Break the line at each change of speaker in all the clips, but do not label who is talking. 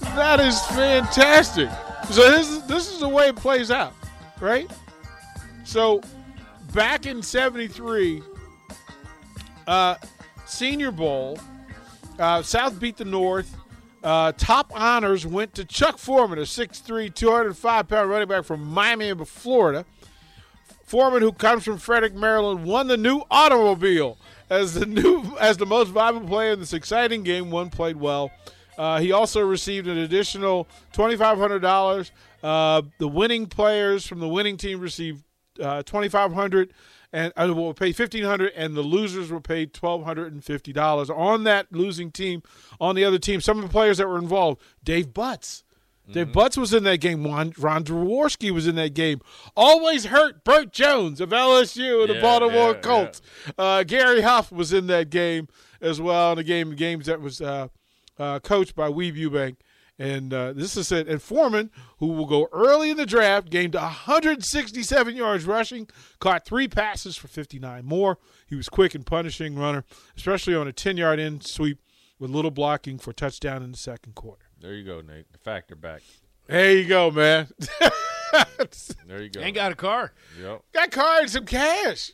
that is fantastic. So this is this is the way it plays out, right? So back in '73, uh, Senior Bowl, uh, South beat the North. Uh, top honors went to Chuck Foreman, a 6'3", 205 pound running back from Miami of Florida. Foreman, who comes from Frederick, Maryland, won the new automobile as the new as the most viable player in this exciting game. One played well. Uh, he also received an additional twenty five hundred dollars. Uh, the winning players from the winning team received uh, twenty five hundred, and uh, will pay fifteen hundred, and the losers were paid twelve hundred and fifty dollars on that losing team. On the other team, some of the players that were involved: Dave Butts. Dave Butts was in that game. Ron, Ron Jaworski was in that game. Always hurt Burt Jones of LSU and the
Yeah,
Baltimore
yeah,
Colts. Uh, Gary Huff was in that game as well. In a game, games that was uh, uh, coached by Weeb Eubank. And uh, this is it. And Foreman, who will go early in the draft, gained 167 yards rushing, caught three passes for 59 more. He was quick and punishing runner, especially on a 10 yard in sweep with little blocking for touchdown in the second quarter.
There you go, Nate. The factor back.
There you go, man.
There you go.
Ain't got a car.
Yep.
Got car and some cash.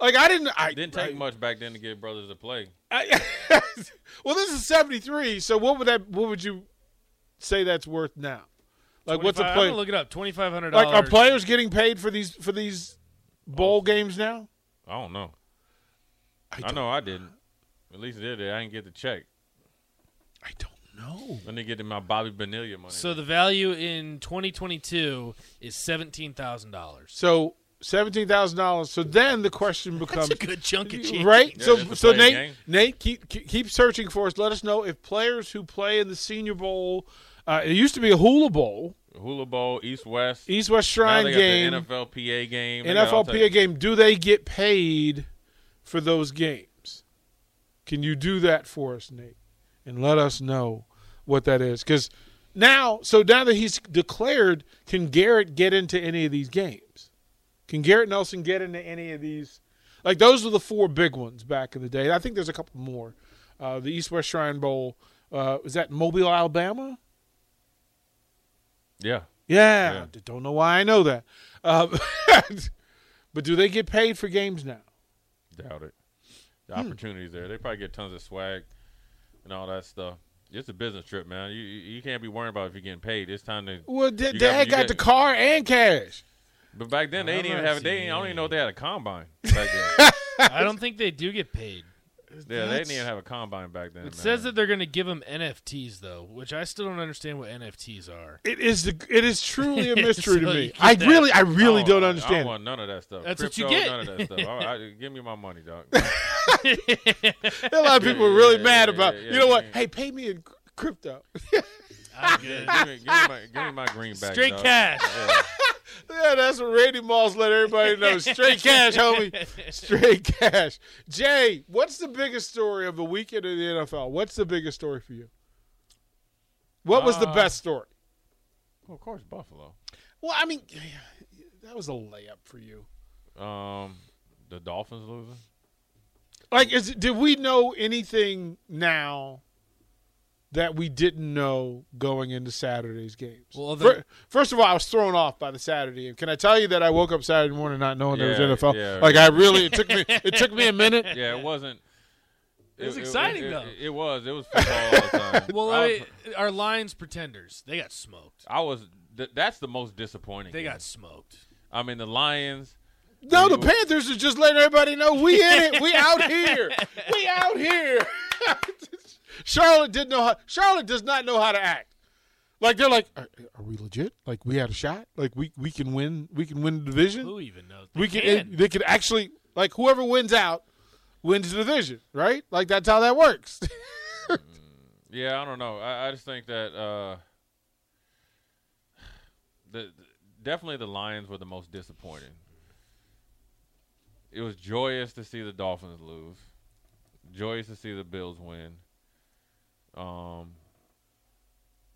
Like I didn't. I
Didn't take much back then to get brothers to play.
I- well, this is seventy three. So what would that? What would you say that's worth now? Like what's a
I'm
play?
gonna look it up. Twenty five hundred
Like
dollars.
are players getting paid for these for these bowl games now?
I don't know. I,
don't-
know I didn't. At least did it. I didn't get the check.
I don't know.
Let me get to my Bobby Benilla money.
So the value in 2022 is seventeen thousand dollars.
So seventeen thousand dollars. So then the question becomes.
That's a good chunk of change.
Right,
Yeah,
so
that's a
so
play
Nate,
game.
Nate, keep keep keep searching for us. Let us know if players who play in the Senior Bowl, uh, it used to be a Hula Bowl,
Hula Bowl, East West.
East West
now
Shrine
they
game,
got the NFLPA game. They got all types.
NFLPA game, do they get paid for those games? Can you do that for us, Nate? And let us know what that is. Because now, so now that he's declared, can Garrett get into any of these games? Can Garrett Nelson get into any of these? Like, those were the four big ones back in the day. I think there's a couple more. Uh, the East West Shrine Bowl, uh, is that Mobile, Alabama?
Yeah.
Yeah.
Yeah.
D- Don't know why I know that. Um, but do they get paid for games now?
Doubt it. The opportunities there. They probably get tons of swag and all that stuff. It's a business trip, man. You you you can't be worried about if you're getting paid. It's time to.
Well, d-
You got-
Dad
you
got,
got-
the car and cash.
But back then they
I
didn't even
don't
have a
see
day. I don't
any.
even know if they had a combine back then.
I don't think they do get paid.
yeah, they
That's-
didn't even have a combine back then.
It
man.
says that they're going to give them NFTs though, which I still don't understand what NFTs are.
It is the it is truly a
So
mystery to
you
me.
get
I
that.
really I really don't
Oh, I don't
understand.
want none of that stuff.
That's what you
Crypto,
get.
None of that stuff. All right, give me my money, dog.
it. a lot of people are really
yeah,
mad
yeah,
about.
yeah,
you know what?
yeah.
Hey, pay me in cr- crypto.
I'm
Yeah, give,
good.
me, give, me my, give me my green back.
Straight
dog.
cash.
Yeah.
yeah, that's what Randy Moss let everybody know. Straight cash, homie. Straight cash. Jay, what's the biggest story of the weekend in the NFL? What's the biggest story for you? What was the
Uh,
best story?
Well, of course, Buffalo.
Well, I mean, that was a layup for you.
Um, the Dolphins losing.
Like, is did we know anything now that we didn't know going into Saturday's games?
Well,
Fir-
the-
first of all, I was thrown off by the Saturday. And can I tell you that I woke up Saturday morning not knowing there
Yeah,
was NFL?
yeah.
like, I really it took me it took me a minute.
Yeah, it wasn't.
It was exciting,
it, it-
though.
It, was. It was football all the time.
well,
I
I
was,
mean, our Lions pretenders. They got smoked.
I was th- that's the most disappointing.
They
game.
got smoked.
I mean, the Lions.
No, the Panthers are just letting everybody know we in it. We out here. We out here. Charlotte didn't know how. Charlotte does not know how to act. Like they're like, are, are we legit? Like we had a shot. Like we we can win. We can win the division.
Who even knows?
we can, they could actually like whoever wins out wins the division, right? Like that's how that works.
Yeah, I don't know. I, I just think that uh, the definitely the Lions were the most disappointing. It was joyous to see the Dolphins lose. Joyous to see the Bills win. Um,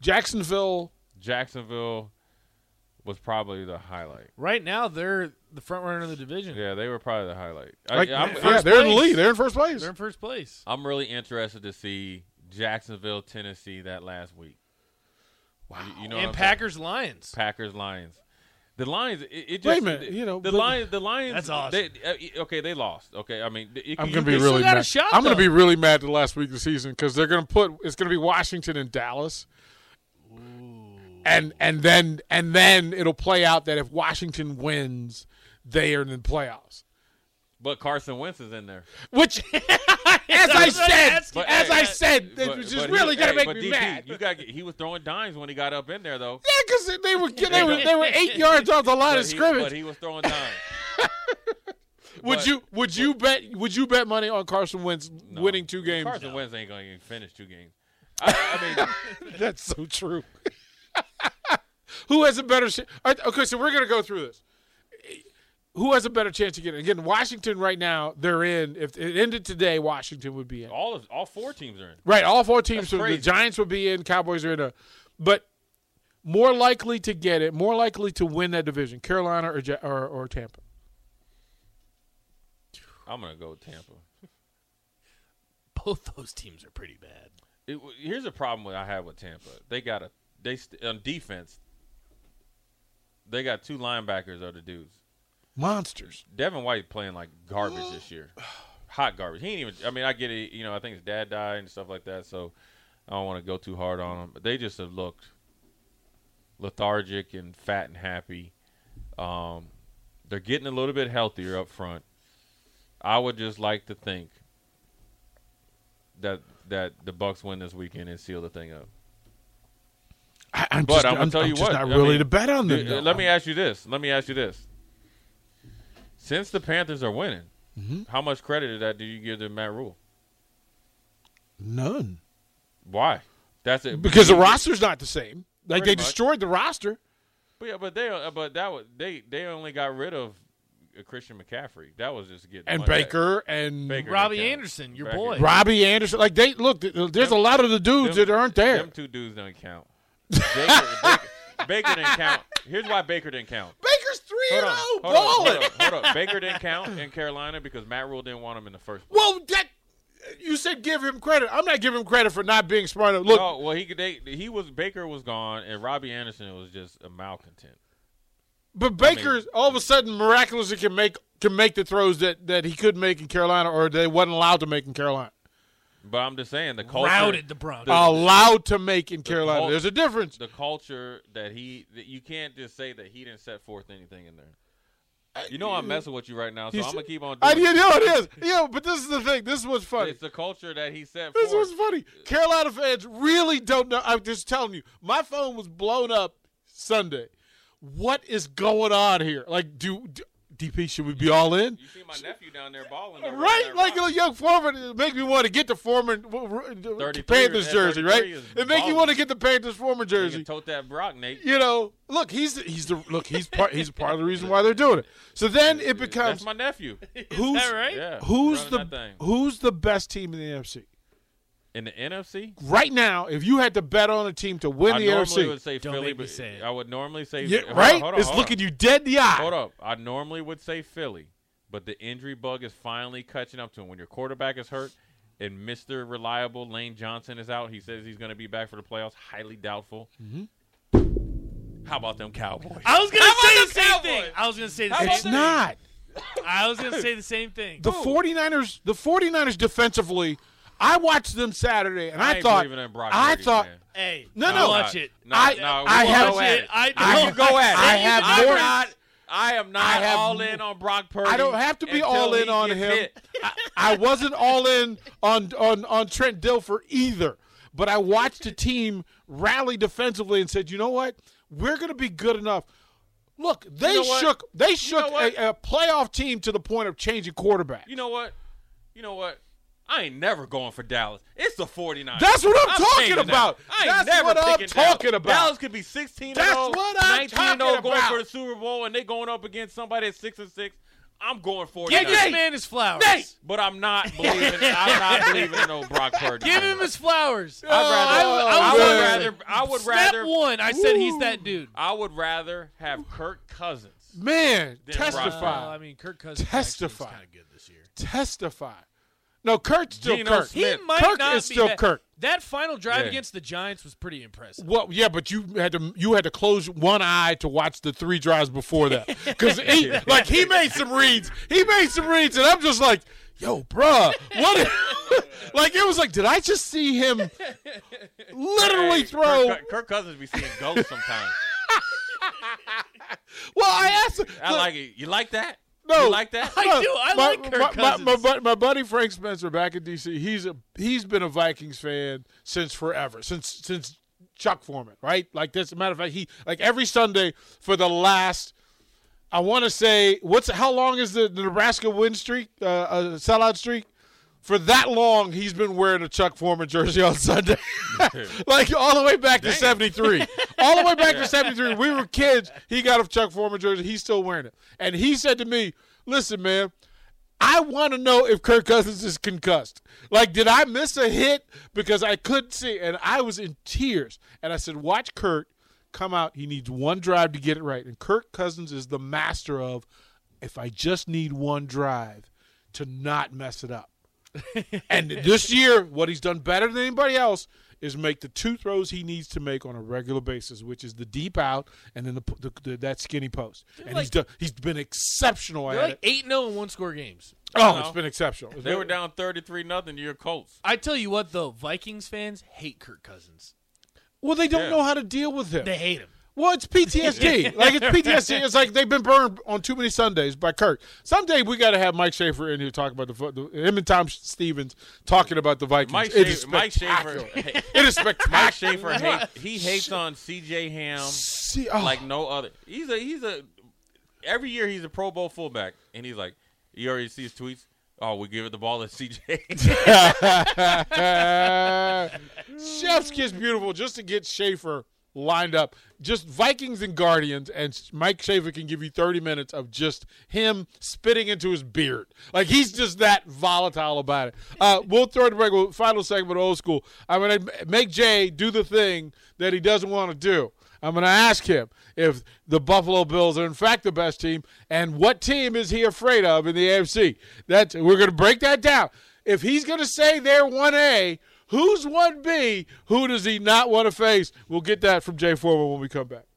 Jacksonville,
Jacksonville was probably the highlight.
Right now, they're the front runner of the division.
Yeah, they were probably the highlight. I,
like,
I'm,
yeah,
first
they're in the
place.
lead. They're in first place.
They're in first place.
I'm really interested to see Jacksonville, Tennessee that last week. Wow. You, you know what
and
I'm saying?
Packers Lions.
Packers Lions. The Lions, it, it just
Wait a minute,
the-
you know,
the
but-
Lions, the Lions.
That's awesome.
They, uh, okay, they lost. Okay, I mean, it,
I'm
you
gonna
can-
be
still
really
got a
mad.
shot,
I'm gonna
though.
be really mad the last week of the season because they're gonna put it's gonna be Washington and Dallas, and and then and then it'll play out that if Washington wins, they are in the playoffs.
But Carson Wentz is in there.
Which, as I
was gonna
said,
ask you
But,
as
hey,
I
hey,
said,
but-
it was just
but
really
he,
gonna
hey,
make
but
me
DP,
mad.
You got he was throwing dimes when he got up in there though.
Yeah, because they were they were they were eight yards off the line
but,
of
he,
scrimmage.
but he was throwing dimes.
would
but-
you would you bet would you bet money on Carson Wentz
No.
winning two games?
Carson Wentz ain't going to even finish two games. I, I mean,
That's so true. Who has a better? sh- all right, Okay, so we're gonna go through this. Who has a better chance to get in? Again, Washington right now they're in. If it ended today, Washington would be in.
all of, all four teams are in.
Right, all four teams.
That's
So the
crazy.
Giants would be in. Cowboys are in. A, but more likely to get it, more likely to win that division, Carolina or Ja- or, or Tampa.
I'm going to go with Tampa.
Both those teams are pretty bad.
It, w- here's a problem that I have with Tampa. They got a they st- on defense. They got two linebackers are the dudes.
Monsters.
Devin White playing like garbage this year, hot garbage. He ain't even. I mean, I get it. You know, I think his dad died and stuff like that, so I don't want to go too hard on him. But they just have looked lethargic and fat and happy. Um, they're getting a little bit healthier up front. I would just like to think that that the Bucks win this weekend and seal the thing up.
I, I'm
But
just,
I'm gonna
I'm,
tell
I'm
you
just
what,
not
I
really
mean,
to bet on them.
Dude,
though.
let me ask you this. Let me ask you this. Since the Panthers are winning,
Mm-hmm.
how much credit of that do you give to Matt Rule?
None.
Why? That's it.
Because the roster's not the same. Like
Pretty
they
much.
destroyed the roster.
But yeah, but they uh, but that was they they only got rid of uh, Christian McCaffrey. That was just getting
and
money back.
Baker and
Baker.
Robbie
Baker.
Anderson, your
Baker.
boy.
Robbie Anderson. Like they look, th- there's a lot of the dudes
Them-
that aren't there.
Them two dudes don't count. Baker, Baker, Baker didn't count. Here's why Baker didn't count.
Baker's three
Hold
and
on,
oh,
hold on, hold
balling.
on, hold on. Baker didn't count in Carolina because Matt Rule didn't want him in the first. place.
Well, that you said give him credit. I'm not giving him credit for not being smart enough. Look,
No, well he could- they, he was Baker was gone and Robbie Anderson was just a malcontent.
but Baker all of a sudden miraculously can make can make the throws that that he could make in Carolina or they wasn't allowed to make in Carolina.
But I'm just saying the culture,
Routed the Broncos.
allowed to make in Carolina.
Colts-
there's a difference.
the culture that he that you can't just say that he didn't set forth anything in there. You know I'm messing with you right now, so
He's-
I'm gonna keep on.
I,
Doing
you know it is. Yeah, but this is the thing. This is what's funny.
It's the culture that he set
This
forth.
was funny. Carolina fans really don't know. I'm just telling you, my phone was blown up Sunday. What is going on here? Like, do, do- DP should we be all in?
you see my nephew down there balling, over
Right,
there,
like
Rob.
a young Foreman, it makes me want to get the Foreman w- w-
33
Panthers
that
jersey,
33
right?
is
It makes you
balling.
want to get the Panthers Foreman
You
jersey.
can tote that Brock, Nate.
You know, look, he's he's the look he's part he's part of the reason why they're doing it. So then it
That's
becomes
my nephew.
who's
that right?
Yeah,
who's
running
the
that thing.
who's the best team in the NFC?
in the NFC?
right now, if you had to bet on a team to win
I
the
normally
NFC,
would say
Don't
Philly,
make me
but
say it.
I would normally say
yeah,
hold on,
right?
hold on,
it's
hold on.
looking you dead in the eye.
Hold up. I normally would say Philly, but the injury bug is finally catching up to him. When your quarterback is hurt and Mr. Reliable Lane Johnson is out, he says he's going to be back for the playoffs. Highly doubtful. How about them Cowboys?
I was gonna say the same
Cowboys?
thing. I was gonna say the
How
same
about
It's
thing.
them?
not.
I was gonna say the same thing.
The 49ers, the 49ers defensively, I watched them Saturday and
I
I,
ain't
thought
believing in Brock
I
Brady,
thought
man.
hey,
No,
I'm
no.
not.
watch it.
No,
I-
no, we
I
won't
have-
go
Watch
at
it. I
I-
know.
You go at it. I
Say
have
that.
I'm
more-
not. I am not
I have
all
more-
in on Brock Purdy.
I don't have to be
until
all in
he
on
gets
him.
hit.
I, I wasn't all in on, on on Trent Dilfer either, but I watched a team rally defensively and said, "You know what? We're going to be good enough." Look, they
know what?
shook they shook
what?
a, a playoff team to the point of changing quarterback.
You know what? You know what? I ain't never going for Dallas. It's the 49ers.
That's what I'm talking
changing that.
about.
I ain't
That's
never
what I'm
picking Dallas.
talking about.
Dallas could be oh, 16
That's
0,
what I'm
19 0
talking
going
about.
for the Super Bowl, and they going up against somebody at 6 and 6. I'm going for
Give this
Nate.
man his flowers.
Nate.
But I'm not believing. I'm not believing in no Brock Purdy.
Give him his flowers.
I'd rather.
Oh, man.
I, would rather. I would
Step
rather.
one, I said he's
Ooh.
that dude.
I would rather have Kirk Cousins.
Man,
Then Brock-
testify.
Uh,
Fine.
Well, I mean, Kirk Cousins
Testify.
kind of good this year.
testify. No, Kurt's still
Geno
Kurt.
Smith.
He might
Kirk
not
is
be
still
that-
Kirk.
That final drive
Yeah.
against the Giants was pretty impressive.
Well, yeah, but you had to you had to close one eye to watch the three drives before that because he like he made some reads. He made some reads, and I'm just like, yo, bruh, what? i- like it was like, did I just see him literally
Hey,
throw?
Kirk, Kirk Cousins be seeing ghosts sometimes.
Well, I asked.
I like it. You like that?
No,
You like that?
I
No,
do. I
my,
like Kirk
my, my,
Cousins.
my, bud- my buddy Frank Spencer back in D.C. He's a he's been a Vikings fan since forever, since since Chuck Foreman, right? Like this. As a matter of fact, he like every Sunday for the last. I want to say what's how long is the, the Nebraska win streak, uh, uh, sellout streak? For that long, he's been wearing a Chuck Foreman jersey on Sunday, like all the way back to '73. all the way back to '73. We were kids. He got a Chuck Foreman jersey. He's still wearing it. And he said to me, "Listen, man, I want to know if Kirk Cousins is concussed. Like, did I miss a hit because I couldn't see? And I was in tears. And I said, Watch Kirk come out. He needs one drive to get it right. And Kirk Cousins is the master of if I just need one drive to not mess it up. and this year, what he's done better than anybody else is make the two throws he needs to make on a regular basis, which is the deep out and then the, the, the that skinny post. And he's
like-
done, he's been exceptional at
They're like
it.
8 0 in one score games.
Oh,
know.
it's been exceptional. It's
They
been-
were down thirty-three nothing to your Colts.
I tell you what, though, Vikings fans hate Kirk Cousins.
Well, they don't
Yeah.
know how to deal with him.
They hate him.
well, it's PTSD. like it's PTSD. It's like they've been burned on too many Sundays by Kirk. Someday we got to have Mike Schaefer in here talking about the, fu- the him and Tom Stevens talking about the Vikings.
Mike
it is
Schaefer. Mike Schaefer.
spectacular. It is spectacular.
Mike Schaefer. Hate, he hates on C.J. Ham
See, oh,
like no other. He's a he's a every year he's a Pro Bowl fullback, and he's like, you already see his tweets. Oh, we give it the ball to C.J.
uh, Chef's Kiss Beautiful just to get Schaefer lined up. Just Vikings and Guardians, and Mike Schaefer can give you 30 minutes of just him spitting into his beard. Like he's just that volatile about it. Uh, we'll throw it to break. We'll- Final segment of old school. I'm going to make Jay do the thing that he doesn't want to do. I'm going to ask him if the Buffalo Bills are in fact the best team, and what team is he afraid of in the AFC? That's we're going to break that down. If he's going to say they're one A, who's one B? Who does he not want to face? We'll get that from Jay Foreman when we come back.